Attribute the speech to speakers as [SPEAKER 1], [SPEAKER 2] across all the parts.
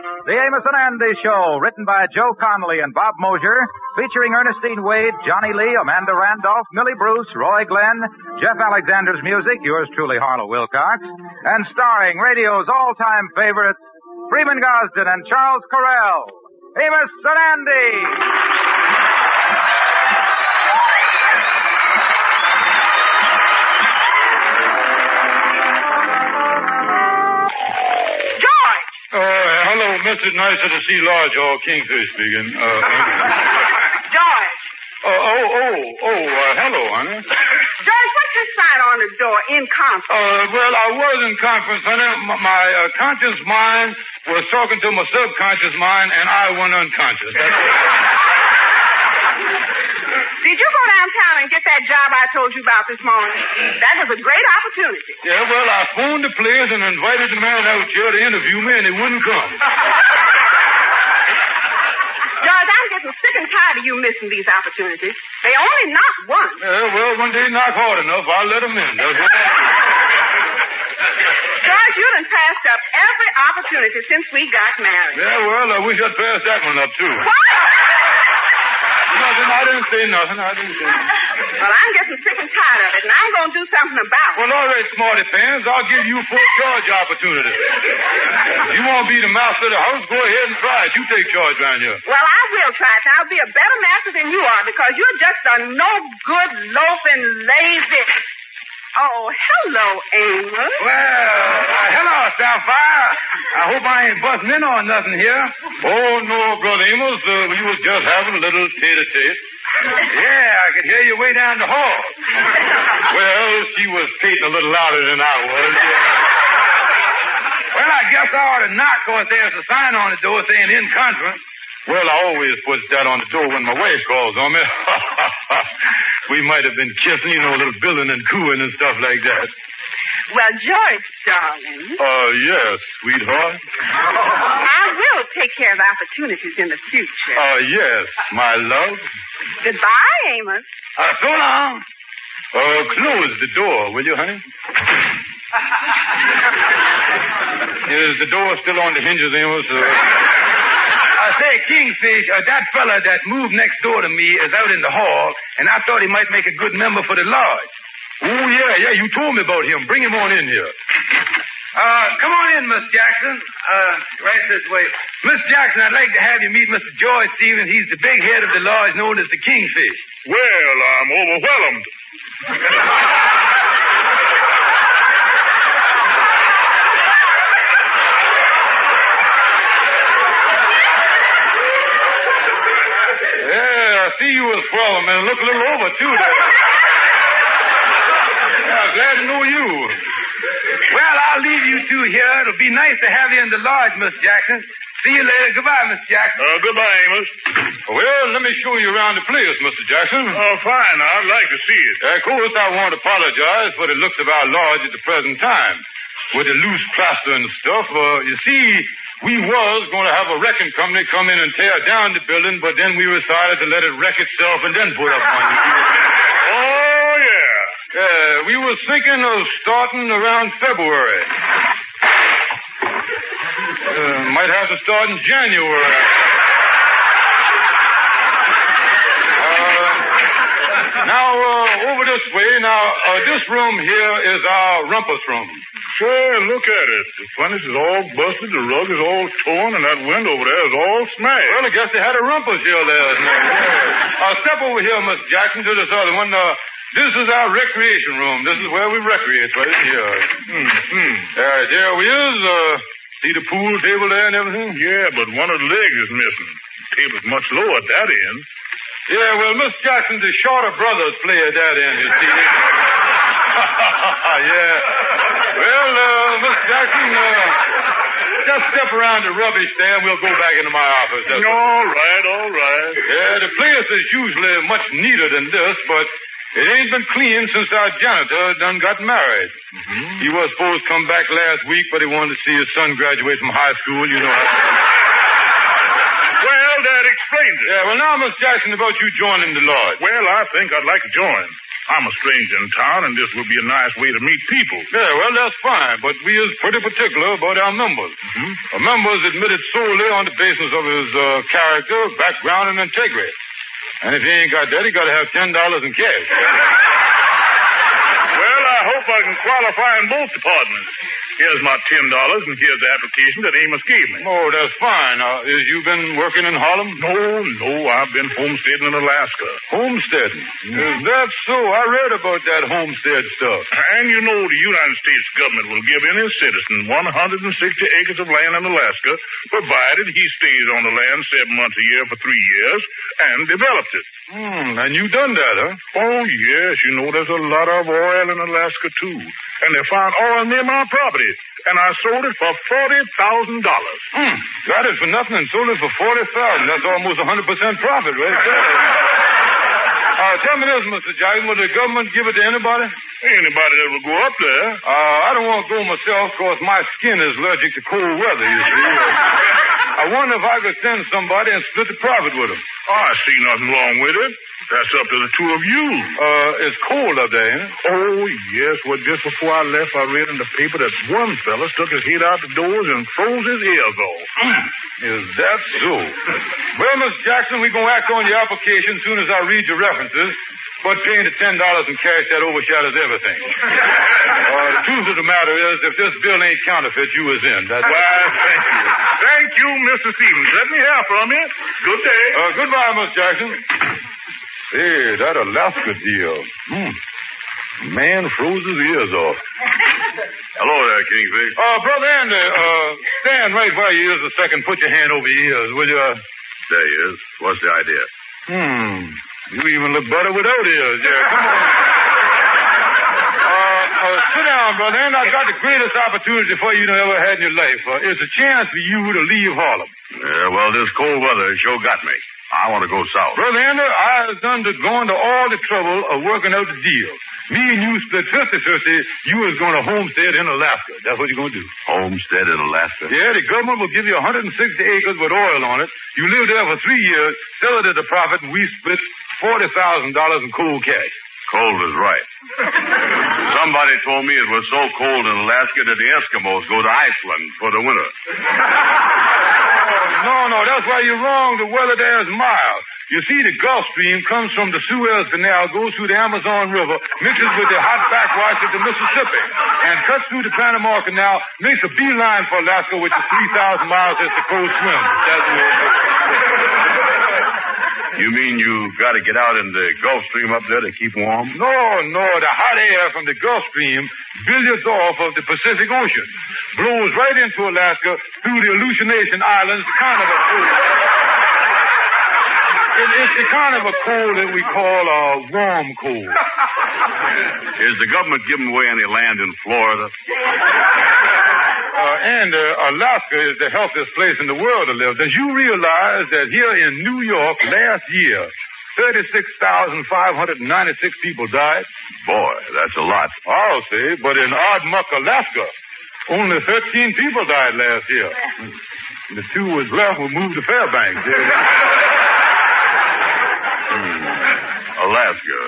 [SPEAKER 1] Elvis and Andy Show, written by Joe Connolly and Bob Mosier, featuring Ernestine Wade, Johnny Lee, Amanda Randolph, Millie Bruce, Roy Glenn, Jeff Alexander's music, yours truly, Harlow Wilcox, and starring radio's all-time favorites, Freeman Gosden and Charles Correll. Amos and Andy!
[SPEAKER 2] George!
[SPEAKER 3] Oh, uh, hello, Mr. Nicer to see large all Kingfish speaking. Uh,
[SPEAKER 2] George!
[SPEAKER 3] uh, oh, oh, oh, uh, hello, honey.
[SPEAKER 2] George, what's this sign on the door? In conference.
[SPEAKER 3] Uh, well, I was in conference, honey. M- my uh, conscious mind was talking to my subconscious mind, and I went unconscious. That's it.
[SPEAKER 2] Did you go downtown and get that job I told you about this morning? That was a great opportunity.
[SPEAKER 3] Yeah, well, I phoned the players and invited the man out here to interview me, and he wouldn't come.
[SPEAKER 2] George, I'm getting sick and tired of you missing these opportunities. They only knock once.
[SPEAKER 3] Yeah, well, when they knock hard enough, I let them in. That's what
[SPEAKER 2] George, you done passed up every opportunity since we got married.
[SPEAKER 3] Yeah, well, I wish I'd passed that one up, too.
[SPEAKER 2] What?
[SPEAKER 3] Nothing, I didn't say nothing. I didn't say nothing.
[SPEAKER 2] Well, I'm getting sick and tired of it, and I'm going to do something about it.
[SPEAKER 3] Well, all right, smarty pants. I'll give you full charge opportunity. If you want to be the master of the house, go ahead and try it. You take charge around here.
[SPEAKER 2] Well, I will try it. I'll be a better master than you are because you're just a no good, loafing, lazy. Oh, hello, Amos.
[SPEAKER 3] Well, uh, hello, Sapphire. I hope I ain't busting in on nothing here. Oh, no, Brother Amos. Uh, we was just having a little tete-a-tete. Yeah, I could hear you way down the hall. Well, she was painting a little louder than I was. Well, I guess I ought to knock because there's a sign on the door saying in conference. Well, I always puts that on the door when my wife calls on me. we might have been kissing, you know, a little billing and cooing and stuff like that.
[SPEAKER 2] Well, George, darling,
[SPEAKER 3] Uh, yes, sweetheart. Oh.
[SPEAKER 2] I will take care of opportunities in the future.
[SPEAKER 3] Uh, yes, my love.
[SPEAKER 2] Goodbye, Amos.
[SPEAKER 3] Uh, so long. Uh, close the door, will you, honey? Is the door still on the hinges, Amos? Uh, I say, Kingfish, uh, that fella that moved next door to me is out in the hall, and I thought he might make a good member for the lodge. Oh, yeah, yeah, you told me about him. Bring him on in here. Uh, come on in, Miss Jackson. Uh, right this way. Miss Jackson, I'd like to have you meet Mr. George Stevens. He's the big head of the lodge known as the Kingfish.
[SPEAKER 4] Well, I'm overwhelmed.
[SPEAKER 3] Yeah, I see you was swelling, man. Look a little over, too. There. yeah, glad to know you. Well, I'll leave you two here. It'll be nice to have you in the lodge, Miss Jackson. See you later. Goodbye, Miss Jackson.
[SPEAKER 4] Uh, goodbye, Amos.
[SPEAKER 3] Well, let me show you around the place, Mr. Jackson.
[SPEAKER 4] Oh, fine. I'd like to see
[SPEAKER 3] Of
[SPEAKER 4] it.
[SPEAKER 3] course, I want to apologize for the looks of our lodge at the present time. With the loose plaster and stuff, uh, you see, we was going to have a wrecking company come in and tear down the building, but then we decided to let it wreck itself and then put up on it.
[SPEAKER 4] Oh, yeah.
[SPEAKER 3] Uh, we was thinking of starting around February. Uh, might have to start in January. Uh, now, uh, over this way. Now, uh, this room here is our rumpus room.
[SPEAKER 4] Sure, look at it. The furnace is all busted, the rug is all torn, and that window over there is all smashed.
[SPEAKER 3] Well, I guess they had a rumpus here last night. Uh, step over here, Miss Jackson, to this other one. Uh, this is our recreation room. This is where we recreate right here.
[SPEAKER 4] Hmm, hmm.
[SPEAKER 3] Uh, there we is. Uh, see the pool table there and everything?
[SPEAKER 4] Yeah, but one of the legs is missing. table's much lower at that end.
[SPEAKER 3] Yeah, well, Miss Jackson, the shorter brothers play at that end, you see. yeah. Well, uh, Miss Jackson, uh, just step around the rubbish there and we'll go back into my office. That's all.
[SPEAKER 4] All right, all right.
[SPEAKER 3] Yeah, the place is usually much neater than this, but it ain't been clean since our janitor done got married. He
[SPEAKER 4] Mm-hmm.
[SPEAKER 3] was supposed to come back last week, but he wanted to see his son graduate from high school, you know.
[SPEAKER 4] Well, that explains it.
[SPEAKER 3] yeah, well, now, Miss Jackson, about you joining the lodge.
[SPEAKER 4] Well, I think I'd like to join. I'm a stranger in town, and this would be a nice way to meet people.
[SPEAKER 3] Yeah, well, that's fine, but we is pretty particular about our members. A member is admitted solely on the basis of his uh, character, background, and integrity. And if he ain't got that, he got to have ten dollars in cash.
[SPEAKER 4] Well, I hope I can qualify in both departments. Here's my ten dollars, and here's the application that Amos gave me.
[SPEAKER 3] Oh, that's fine. Uh, is you been working in Harlem?
[SPEAKER 4] No, no, I've been homesteading in Alaska. Mm-hmm.
[SPEAKER 3] Homesteading. Is that so? I read about that homestead stuff.
[SPEAKER 4] And you know the United States government will give any citizen 160 acres of land in Alaska, provided he stays on the land seven months a year for three years and develops it.
[SPEAKER 3] Hmm, and you done that, huh?
[SPEAKER 4] Oh, yes, you know there's a lot of oil in Alaska, too. And they found oil near my property, and I sold it for
[SPEAKER 3] Hmm.
[SPEAKER 4] $40,000.
[SPEAKER 3] Got it for nothing and sold it for forty thousand. That's almost a hundred percent profit, right there. Uh, tell me this, Mr. Jackson, will the government give it to anybody?
[SPEAKER 4] Anybody that will go up there.
[SPEAKER 3] Uh, I don't want to go myself because my skin is allergic to cold weather, you see. I wonder if I could send somebody and split the profit with them.
[SPEAKER 4] Oh, I see nothing wrong with it. That's up to the two of you.
[SPEAKER 3] Uh, it's cold up there, ain't it?
[SPEAKER 4] Oh, yes. Well, just before I left, I read in the paper that one fella stuck his head out the doors and froze his ears off.
[SPEAKER 3] Mm. Is that so? well, Miss Jackson, we're going to act on your application soon as I read your references. But paying the $10 in cash, that overshadows everything. uh, the truth of the matter is, if this bill ain't counterfeit, you was in. That's
[SPEAKER 4] Why, thank you. Thank you, Mr. Stevens. Let me hear from you. Good day.
[SPEAKER 3] Uh, goodbye, Miss Jackson. Hey, that Alaska deal. Hmm. Man froze his ears off.
[SPEAKER 4] Hello there, Kingfish.
[SPEAKER 3] Uh, Brother Andy, uh, stand right where you is a second. Put your hand over your ears, will you? Uh,
[SPEAKER 4] There he is. What's the idea?
[SPEAKER 3] Hmm. You even look better without ears. Yeah, come on. Uh, uh, sit down, Brother Andy. I got the greatest opportunity for you to ever had in your life. Uh, it's a chance for you to leave Harlem.
[SPEAKER 4] Yeah, well, this cold weather sure got me. I want to go south.
[SPEAKER 3] Brother Andy, I has undergone to all the trouble of working out the deal. Me and you split 50-50. You is going to homestead in Alaska. That's what you're going to do.
[SPEAKER 4] Homestead in Alaska.
[SPEAKER 3] Yeah, the government will give you 160 acres with oil on it. You live there for three years, sell it at a profit, and we split $40,000 in cold cash.
[SPEAKER 4] Cold is right. Somebody told me it was so cold in Alaska that the Eskimos go to Iceland for the winter.
[SPEAKER 3] No, no, that's why you're wrong. The weather there is mild. You see, the Gulf Stream comes from the Suez Canal, goes through the Amazon River, mixes with the hot backwash of the Mississippi, and cuts through the Panama Canal, makes a beeline for Alaska, which is 3,000 miles as the cold swim. That's the way it is.
[SPEAKER 4] You mean you got to get out in the Gulf Stream up there to keep warm?
[SPEAKER 3] No, no, the hot air from the Gulf Stream billiards off of the Pacific Ocean, blows right into Alaska through the Aleutian Islands, the kind of a cold. It, it's the kind of a cold that we call a warm cold.
[SPEAKER 4] Is the government giving away any land in Florida?
[SPEAKER 3] Uh, and uh, Alaska is the healthiest place in the world to live. Does you realize that here in New York last year, 36,596 people died?
[SPEAKER 4] Boy, that's a lot.
[SPEAKER 3] I'll say, but in Ardmuck, Alaska, only 13 people died last year. The two was left were moved to Fairbanks.
[SPEAKER 4] Alaska.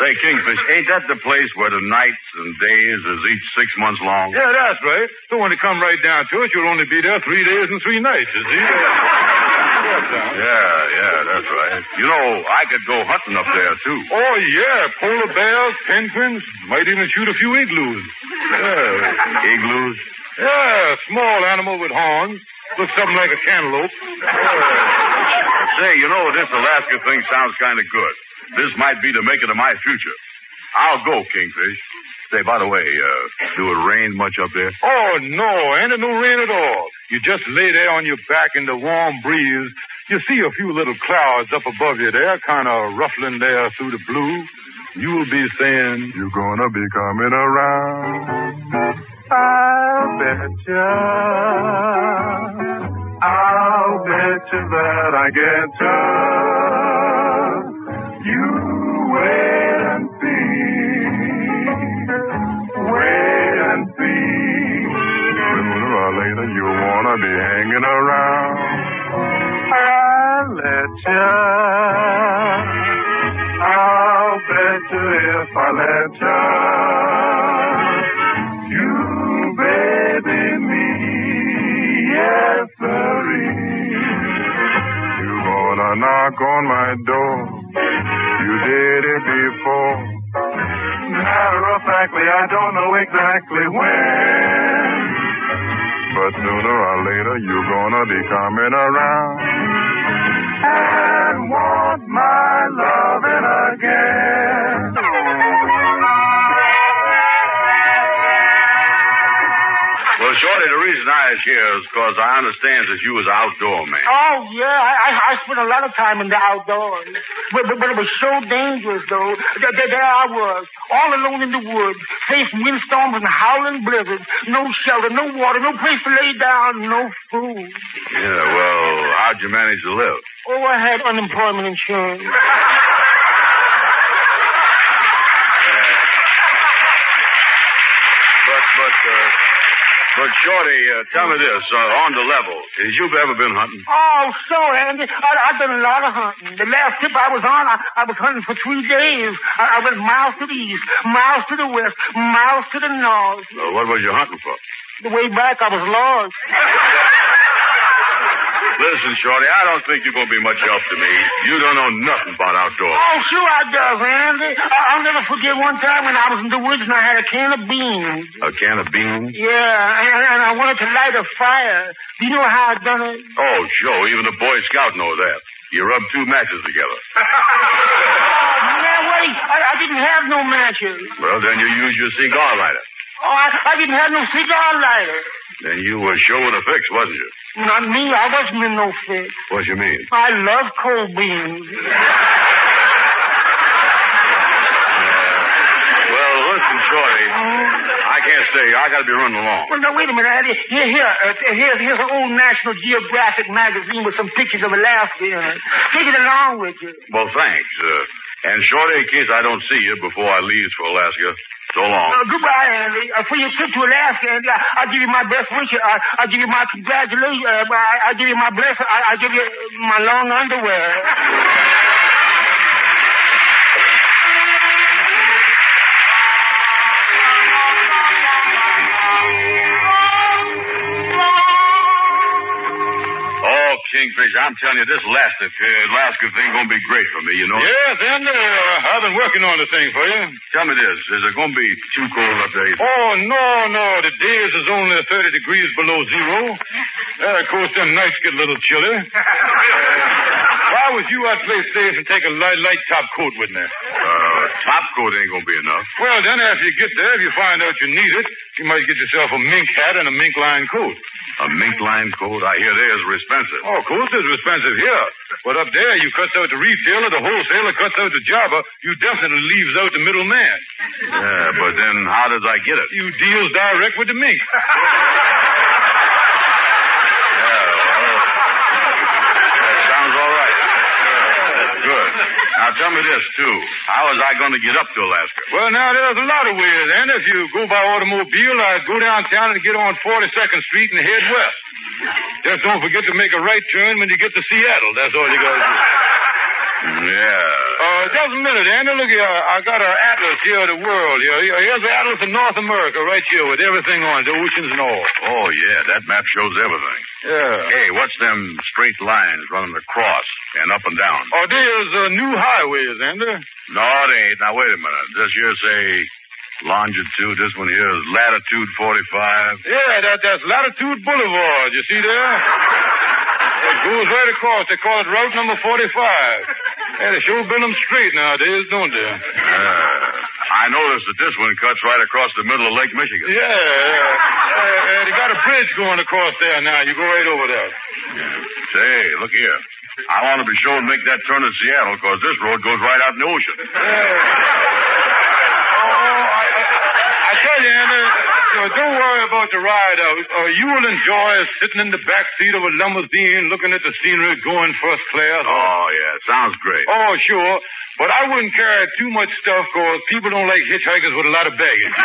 [SPEAKER 4] Say, Kingfish, ain't that the place where the nights and days is each six months long?
[SPEAKER 3] Yeah, that's right. So when you come right down to it, you'll only be there three days and three nights, you see?
[SPEAKER 4] Yeah, yeah, that's right. You know, I could go hunting up there, too.
[SPEAKER 3] Oh, yeah, polar bears, penguins, might even shoot a few igloos.
[SPEAKER 4] Oh,
[SPEAKER 3] Yeah,
[SPEAKER 4] Igloos?
[SPEAKER 3] yeah small animal with horns. Looks something like a cantaloupe.
[SPEAKER 4] Say, you know, this Alaska thing sounds kind of good. This might be the making of my future. I'll go, Kingfish. Say, by the way, uh, do it rain much up there?
[SPEAKER 3] Oh, no, ain't it no rain at all. You just lay there on your back in the warm breeze. You see a few little clouds up above you there, kind of ruffling there through the blue. You will be saying,
[SPEAKER 5] You're gonna be coming around. I'll betcha. I'll betcha that I get you. You wait and see. Wait and see. Sooner or later you'll wanna be hanging around. I'll let you. I'll bet let you if I let you. You baby me, yes sirree. You gonna knock on my door? You did it before. Matter of factly, I don't know exactly when. But sooner or later, you're gonna be coming around and want my loving again.
[SPEAKER 4] Well, Shorty, the reason I is here is because I understand that you was an outdoor man.
[SPEAKER 6] Oh, yeah. I, I, I spent a lot of time in the outdoors. But, but, but it was so dangerous, though. There, there, there I was, all alone in the woods, facing windstorms and howling blizzards. No shelter, no water, no place to lay down, no food.
[SPEAKER 4] Yeah, well, how'd you manage to live?
[SPEAKER 6] Oh, I had unemployment insurance.
[SPEAKER 4] But, but, uh, but Shorty, uh, tell me this, uh, on the level, has you ever been hunting?
[SPEAKER 6] Oh, so, Andy, I, I've done a lot of hunting. The last trip I was on, I, I was hunting for three days. I, I went miles to the east, miles to the west, miles to the north.
[SPEAKER 4] Uh, what was you hunting for?
[SPEAKER 6] The way back, I was lost.
[SPEAKER 4] Listen, Shorty, I don't think you're going to be much help to me. You don't know nothing about outdoors.
[SPEAKER 6] Oh, sure I does, Andy. I, I'll never forget one time when I was in the woods and I had a can of beans.
[SPEAKER 4] A can of beans?
[SPEAKER 6] Yeah, and, and I wanted to light a fire. Do you know how I done it?
[SPEAKER 4] Oh, sure, even a Boy Scout knows that. You rub two matches together.
[SPEAKER 6] Oh, man, wait. I, I didn't have no matches.
[SPEAKER 4] Well, then you use your cigar lighter.
[SPEAKER 6] Oh, I, I didn't have no cigar lighter.
[SPEAKER 4] Then you were sure with a fix, wasn't you?
[SPEAKER 6] Not me. I wasn't in no fix.
[SPEAKER 4] What you mean?
[SPEAKER 6] I love cold beans.
[SPEAKER 4] Well, listen, Shorty, I can't stay. I got to be running along.
[SPEAKER 6] Well, now, wait a minute, Andy. Here, here. Uh, here's, here's an old National Geographic magazine with some pictures of Alaska in it. Take it along with you.
[SPEAKER 4] Well, thanks. Uh, and Shorty, in case I don't see you before I leave for Alaska, so long.
[SPEAKER 6] Uh, goodbye, Andy. Uh, for your trip to Alaska, Andy, I, I'll give you my best wishes. I, I'll give you my congratulations. Uh, I, I'll give you my blessing. I, I'll give you my long underwear.
[SPEAKER 4] Oh, Kingfish, I'm telling you, this Alaska, uh, Alaska thing going to be great for me, you know?
[SPEAKER 3] Yes, Andy, uh, I've been working on the thing for you.
[SPEAKER 4] Tell me this, is it going to be too cold up there?
[SPEAKER 3] Oh, no, no. The days is only 30 degrees below zero. Uh, of course, them nights get a little chilly. Why was you out play safe and take a light, light top coat with me?
[SPEAKER 4] Uh, top coat ain't going to be enough.
[SPEAKER 3] Well, then, after you get there, if you find out you need it, you might get yourself a mink hat and a mink lined coat.
[SPEAKER 4] A mink lined coat, I hear there is expensive.
[SPEAKER 3] Oh, of course it's expensive here. But up there, you cuts out the retailer, the wholesaler cuts out the jobber. You definitely leaves out the middleman.
[SPEAKER 4] Yeah, but then how does I get it?
[SPEAKER 3] You deals direct with the mink.
[SPEAKER 4] That sounds all right. Good. Now tell me this, too. How is I going to get up to Alaska?
[SPEAKER 3] Well, now, there's a lot of ways, and if you go by automobile, I go downtown and get on 42nd Street and head west. Just don't forget to make a right turn when you get to Seattle. That's all you got to do.
[SPEAKER 4] Yeah.
[SPEAKER 3] Uh, just a minute, Andy. Look here. I got an atlas here of the world. Here, here- here's the atlas of North America right here with everything on it, the oceans and all.
[SPEAKER 4] Oh, yeah, that map shows everything.
[SPEAKER 3] Yeah.
[SPEAKER 4] Hey, what's them straight lines running across and up and down?
[SPEAKER 3] Oh, there's uh, new highways, Andy.
[SPEAKER 4] No, it ain't. Now, wait a minute. This here say longitude. This one here is latitude 45.
[SPEAKER 3] Yeah, that, that's Latitude Boulevard. You see there? It goes right across. They call it Route Number 45. Yeah, they sure build them straight nowadays, don't they?
[SPEAKER 4] Yeah. I noticed that this one cuts right across the middle of Lake Michigan.
[SPEAKER 3] Yeah, yeah. Uh, uh, they got a bridge going across there now. You go right over there.
[SPEAKER 4] Say, look here. I want to be sure and make that turn in Seattle because this road goes right out in the ocean.
[SPEAKER 3] Oh, I, I, I tell you, Andy, so don't worry about the ride. Uh, uh, you will enjoy sitting in the back seat of a limousine, looking at the scenery, going first class.
[SPEAKER 4] Oh, yeah. Sounds great.
[SPEAKER 3] Oh, sure. But I wouldn't carry too much stuff because people don't like hitchhikers with a lot of baggage.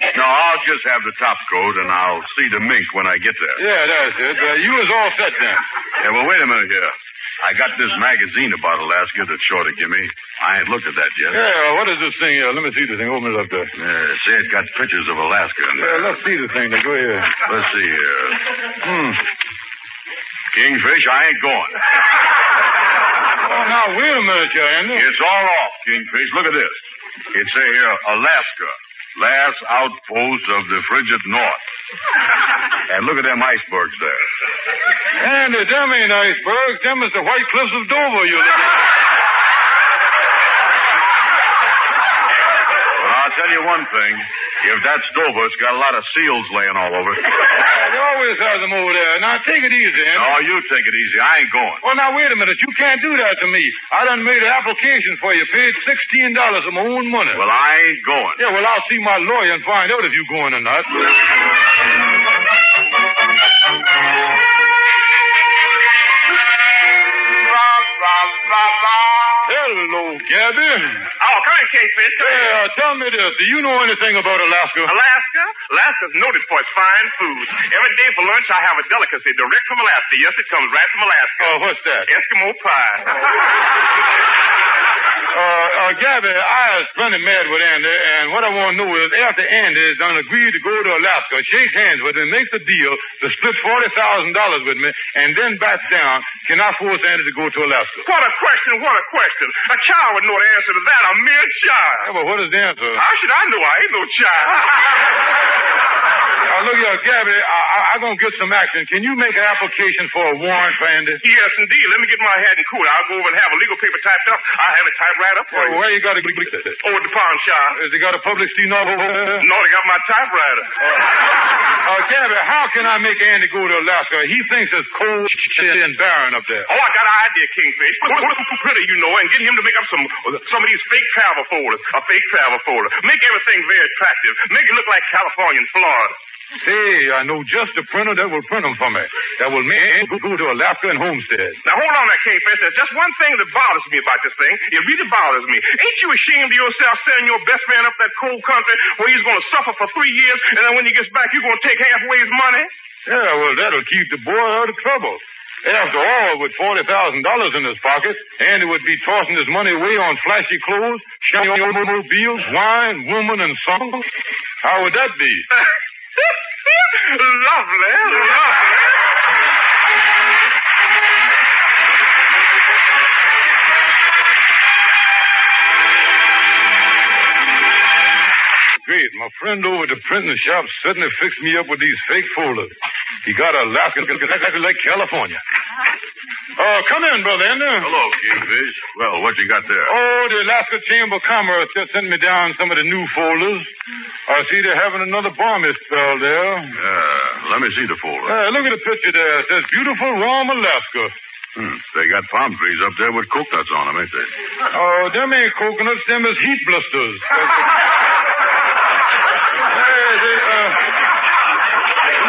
[SPEAKER 4] No, I'll just have the top coat and I'll see the mink when I get there.
[SPEAKER 3] yeah, that's it. Uh, you is all set then.
[SPEAKER 4] Yeah, well, wait a minute here. I got this magazine about Alaska that Shorty gave me. I ain't looked at that yet.
[SPEAKER 3] Yeah, what is this thing? Uh, let me see the thing. Open it up there.
[SPEAKER 4] Yeah, say it got pictures of Alaska in
[SPEAKER 3] Yeah,
[SPEAKER 4] there.
[SPEAKER 3] let's see the thing. Now, go here.
[SPEAKER 4] Let's see here.
[SPEAKER 3] Hmm.
[SPEAKER 4] Kingfish, I ain't going.
[SPEAKER 3] Oh, now, wait a minute, you Andy.
[SPEAKER 4] It's all off, Kingfish. Look at this. It say here, Alaska, last outpost of the frigid north. and look at them icebergs there.
[SPEAKER 3] Andy, them ain't icebergs. Them is the White Cliffs of Dover you live in.
[SPEAKER 4] But I'll tell you one thing. If that's Dover, it's got a lot of seals laying all over it.
[SPEAKER 3] Yeah, They always have them over there. Now, take it easy, Andy.
[SPEAKER 4] No, oh, you take it easy. I ain't going.
[SPEAKER 3] Well, now, wait a minute. You can't do that to me. I done made an application for you. Paid $16 of my own money.
[SPEAKER 4] Well, I ain't going.
[SPEAKER 3] yeah, well, I'll see my lawyer and find out if you're going or not. Hello, Gabby.
[SPEAKER 2] Oh, come in, Kingfish. Come in.
[SPEAKER 3] Yeah, tell me this. Do you know anything about Alaska?
[SPEAKER 2] Alaska? Alaska's noted for its fine food. Every day for lunch, I have a delicacy direct from Alaska. Yes, it comes right from Alaska.
[SPEAKER 3] Uh, what's that?
[SPEAKER 2] Eskimo pie.
[SPEAKER 3] Uh, uh, Gabby, I was plenty mad with Andy, and what I want to know is after Andy's done agreed to go to Alaska, shakes hands with me, makes a deal to split $40,000 with me, and then backs down, can I force Andy to go to Alaska?
[SPEAKER 2] what a question, what a question. A child would know the answer to that, a mere child.
[SPEAKER 3] Yeah, but Ah, what is the answer?
[SPEAKER 2] How should I know? I ain't no child.
[SPEAKER 3] Uh, look here, Gabby, I- I- I'm going to get some action. Can you make an application for a warrant for Andy?
[SPEAKER 2] yes, indeed. Let me get my hat and coat. I'll go over and have a legal paper typed up. I'll have it typed right up for
[SPEAKER 3] Yeah,
[SPEAKER 2] you.
[SPEAKER 3] where you got to... Has
[SPEAKER 2] Over at the pawn shop.
[SPEAKER 3] he got a public steam over there?
[SPEAKER 2] No, they got my typewriter.
[SPEAKER 4] Oh.
[SPEAKER 3] Uh, Gabby, how can I make Andy go to Alaska? He thinks it's cold shit and barren up there.
[SPEAKER 2] Oh, I got an idea, Kingfish. Put put him pretty, you know, and get him to make up some some of these fake travel folders. A fake travel folder. Make everything very attractive. Make it look like California and Florida.
[SPEAKER 3] Say, I know just a printer that will print them for me. That will make me go to Alaska and Homestead.
[SPEAKER 2] Now, hold on there, Kingfish. There's just one thing that bothers me about this thing. It really bothers me. Ain't you ashamed of yourself sending your best man up that cold country where he's going to suffer for three years, and then when he gets back, you're going to take halfway his money?
[SPEAKER 3] Yeah, well, that'll keep the boy out of trouble. After all, with $40,000 in his pocket, Andy would be tossing his money away on flashy clothes, shiny automobiles, wine, woman, and song. How would that be?
[SPEAKER 2] lovely, lovely.
[SPEAKER 3] Great. My friend over at the printing shop suddenly fixed me up with these fake folders. He got Alaska like California. Oh, come in, brother Andy.
[SPEAKER 4] Hello, Kingfish. Well, what you got there?
[SPEAKER 3] Oh, the Alaska Chamber of Commerce just sent me down some of the new folders. I see they're having another balmy spell there.
[SPEAKER 4] Uh, let me see the folder.
[SPEAKER 3] Uh, look at the picture there. It says beautiful Rome, Alaska.
[SPEAKER 4] Hmm, they got palm trees up there with coconuts on them, ain't they?
[SPEAKER 3] Oh, them ain't coconuts. Them is heat blisters. Hey, they, uh,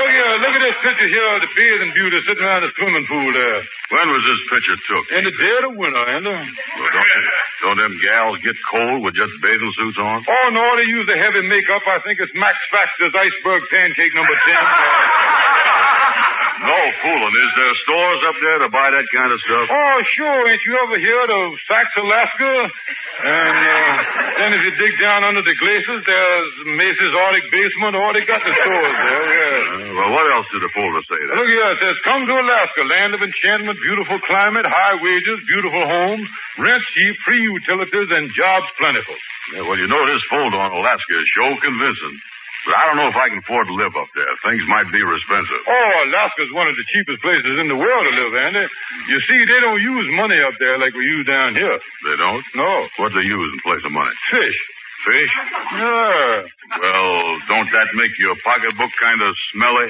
[SPEAKER 3] look, here, look at this picture here of the bathing beauty sitting around the swimming pool there.
[SPEAKER 4] When was this picture took?
[SPEAKER 3] In the dead of winter, Andy.
[SPEAKER 4] Well, don't, don't them gals get cold with just bathing suits on?
[SPEAKER 3] Oh, no, they use the heavy makeup. I think it's Max Factor's Iceberg Pancake number 10.
[SPEAKER 4] No fooling. Is there stores up there to buy that kind of stuff?
[SPEAKER 3] Oh, sure. Ain't you ever heard of Sachs, Alaska? And uh, then if you dig down under the glaciers, there's Macy's Arctic Basement. Oh, they got the stores there, yeah.
[SPEAKER 4] Uh, well, what else did the folder say? Then?
[SPEAKER 3] Look here, it says, come to Alaska, land of enchantment, beautiful climate, high wages, beautiful homes, rent cheap, free utilities, and jobs plentiful.
[SPEAKER 4] Yeah, well, you know, this folder on Alaska is sure convincing. But I don't know if I can afford to live up there. Things might be expensive.
[SPEAKER 3] Oh, Alaska's one of the cheapest places in the world to live, Andy. You see, they don't use money up there like we use down here.
[SPEAKER 4] They don't?
[SPEAKER 3] No.
[SPEAKER 4] What they use in place of money?
[SPEAKER 3] Fish.
[SPEAKER 4] Fish?
[SPEAKER 3] Yeah.
[SPEAKER 4] Well, don't that make your pocketbook kind of smelly?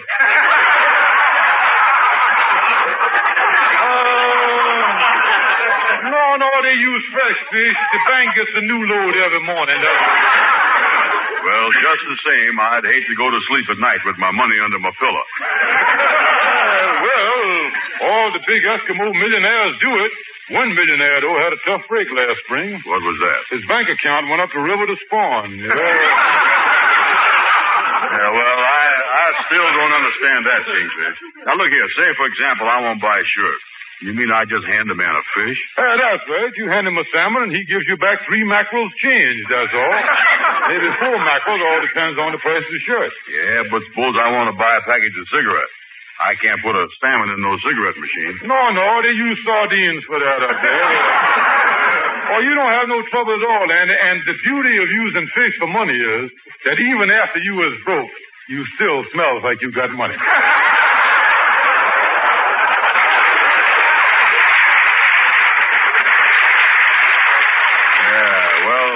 [SPEAKER 3] Uh, no, no, they use fresh fish. The bank gets a new load every morning. doesn't it?
[SPEAKER 4] Well, just the same, I'd hate to go to sleep at night with my money under my pillow.
[SPEAKER 3] Uh, well, all the big Eskimo millionaires do it. One millionaire, though, had a tough break last spring.
[SPEAKER 4] What was that?
[SPEAKER 3] His bank account went up the river to spawn. Yeah.
[SPEAKER 4] Yeah, well, I, I still don't understand that, Kingfish. Now, look here. Say, for example, I want to buy a shirt.
[SPEAKER 7] You mean I just hand a man a fish?
[SPEAKER 3] Uh, that's right. You hand him a salmon, and he gives you back three mackerels change, that's all. Maybe four mackerels, all depends on the price of the shirt.
[SPEAKER 7] Yeah, but suppose I want to buy a package of cigarettes. I can't put a salmon in no cigarette machine.
[SPEAKER 3] No, no, they use sardines for that up there. oh, you don't have no trouble at all. And, and the beauty of using fish for money is that even after you is broke, you still smells like you got money.
[SPEAKER 7] Yeah, well,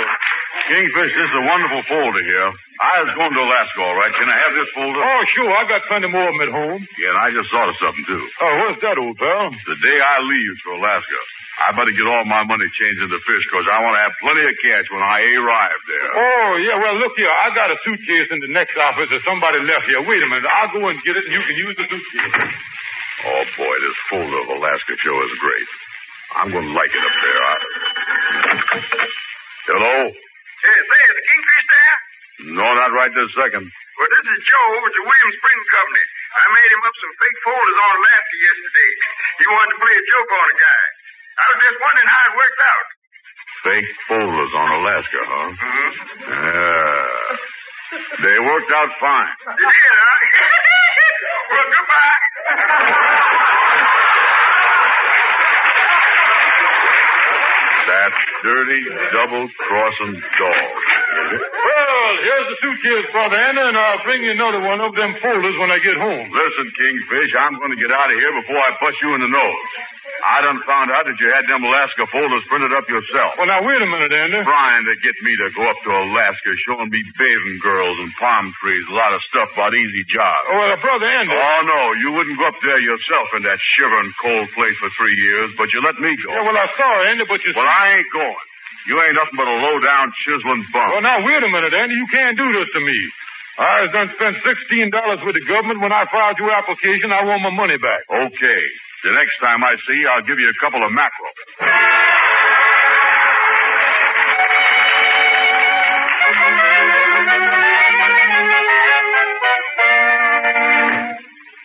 [SPEAKER 7] Kingfish, this is a wonderful folder here. I was going to Alaska, all right. Can I have this folder?
[SPEAKER 3] oh, sure, I got plenty more of them at home.
[SPEAKER 7] Yeah, and I just thought of something, too.
[SPEAKER 3] Oh, what's that, old pal?
[SPEAKER 7] The day I leaves for Alaska, I better get all my money changed into fish because I want to have plenty of cash when I arrive there.
[SPEAKER 3] Oh, yeah, well, look here. I got a suitcase in the next office that somebody left here. Wait a minute. I'll go and get it, and you can use the suitcase.
[SPEAKER 7] Oh, boy, this folder of Alaska show is great. I'm going to like it up there. I... Hello?
[SPEAKER 4] Hey, say, is the Kingfish there?
[SPEAKER 7] No, not right this second.
[SPEAKER 4] Well, this is Joe over at the Williams Printing Company. I made him up some fake folders on laughter yesterday. He wanted to play a joke on a guy. I was just wondering how it worked out.
[SPEAKER 7] Fake folders on Alaska, huh?
[SPEAKER 4] Mm-hmm.
[SPEAKER 7] Yeah. They worked out fine.
[SPEAKER 4] You did, huh? well, goodbye.
[SPEAKER 7] That dirty, double-crossing dog.
[SPEAKER 3] Well, here's the suitcase, Brother Anna, and I'll bring you another one of them folders when I get home.
[SPEAKER 7] Listen, Kingfish, I'm going to get out of here before I bust you in the nose. I done found out that you had them Alaska folders printed up yourself.
[SPEAKER 3] Well, now, wait a minute, Oh, Anna.
[SPEAKER 7] Trying to get me to go up to Alaska showing me bathing girls and palm trees, a lot of stuff about easy jobs.
[SPEAKER 3] Well, uh, Brother Anna.
[SPEAKER 7] Oh, no, you wouldn't go up there yourself in that shivering cold place for three years, but you let me go.
[SPEAKER 3] Yeah, well, I'm sorry, Andy, but you...
[SPEAKER 7] Well, I ain't going. You ain't nothing but a low-down chiseling bum.
[SPEAKER 3] Well, now, wait a minute, Andy. You can't do this to me. I was done spent $16 with the government. When I filed your application, I want my money back.
[SPEAKER 7] Okay. The next time I see you, I'll give you a couple of mackerel.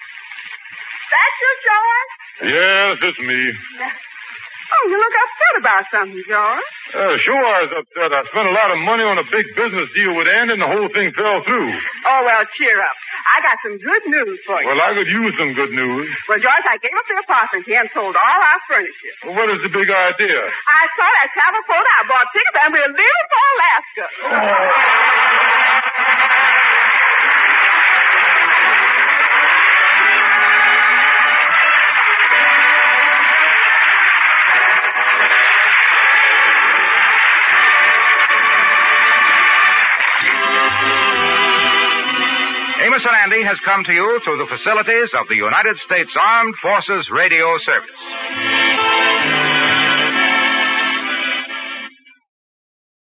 [SPEAKER 2] That's you, George?
[SPEAKER 3] Yes, it's me.
[SPEAKER 2] Oh, you look upset about something, George.
[SPEAKER 3] Uh, sure, I was upset. I spent a lot of money on a big business deal with Andy, and the whole thing fell through.
[SPEAKER 2] Oh, well, cheer up. I got some good news for you.
[SPEAKER 3] Well, I could use some good news.
[SPEAKER 2] Well, George, I gave up the apartment here and sold all our furniture.
[SPEAKER 3] Well, What is the big idea?
[SPEAKER 2] I saw that travel photo. I bought tickets, and we're leaving for Alaska.
[SPEAKER 1] Amos and Andy has come to you through the facilities of the United States Armed Forces Radio Service.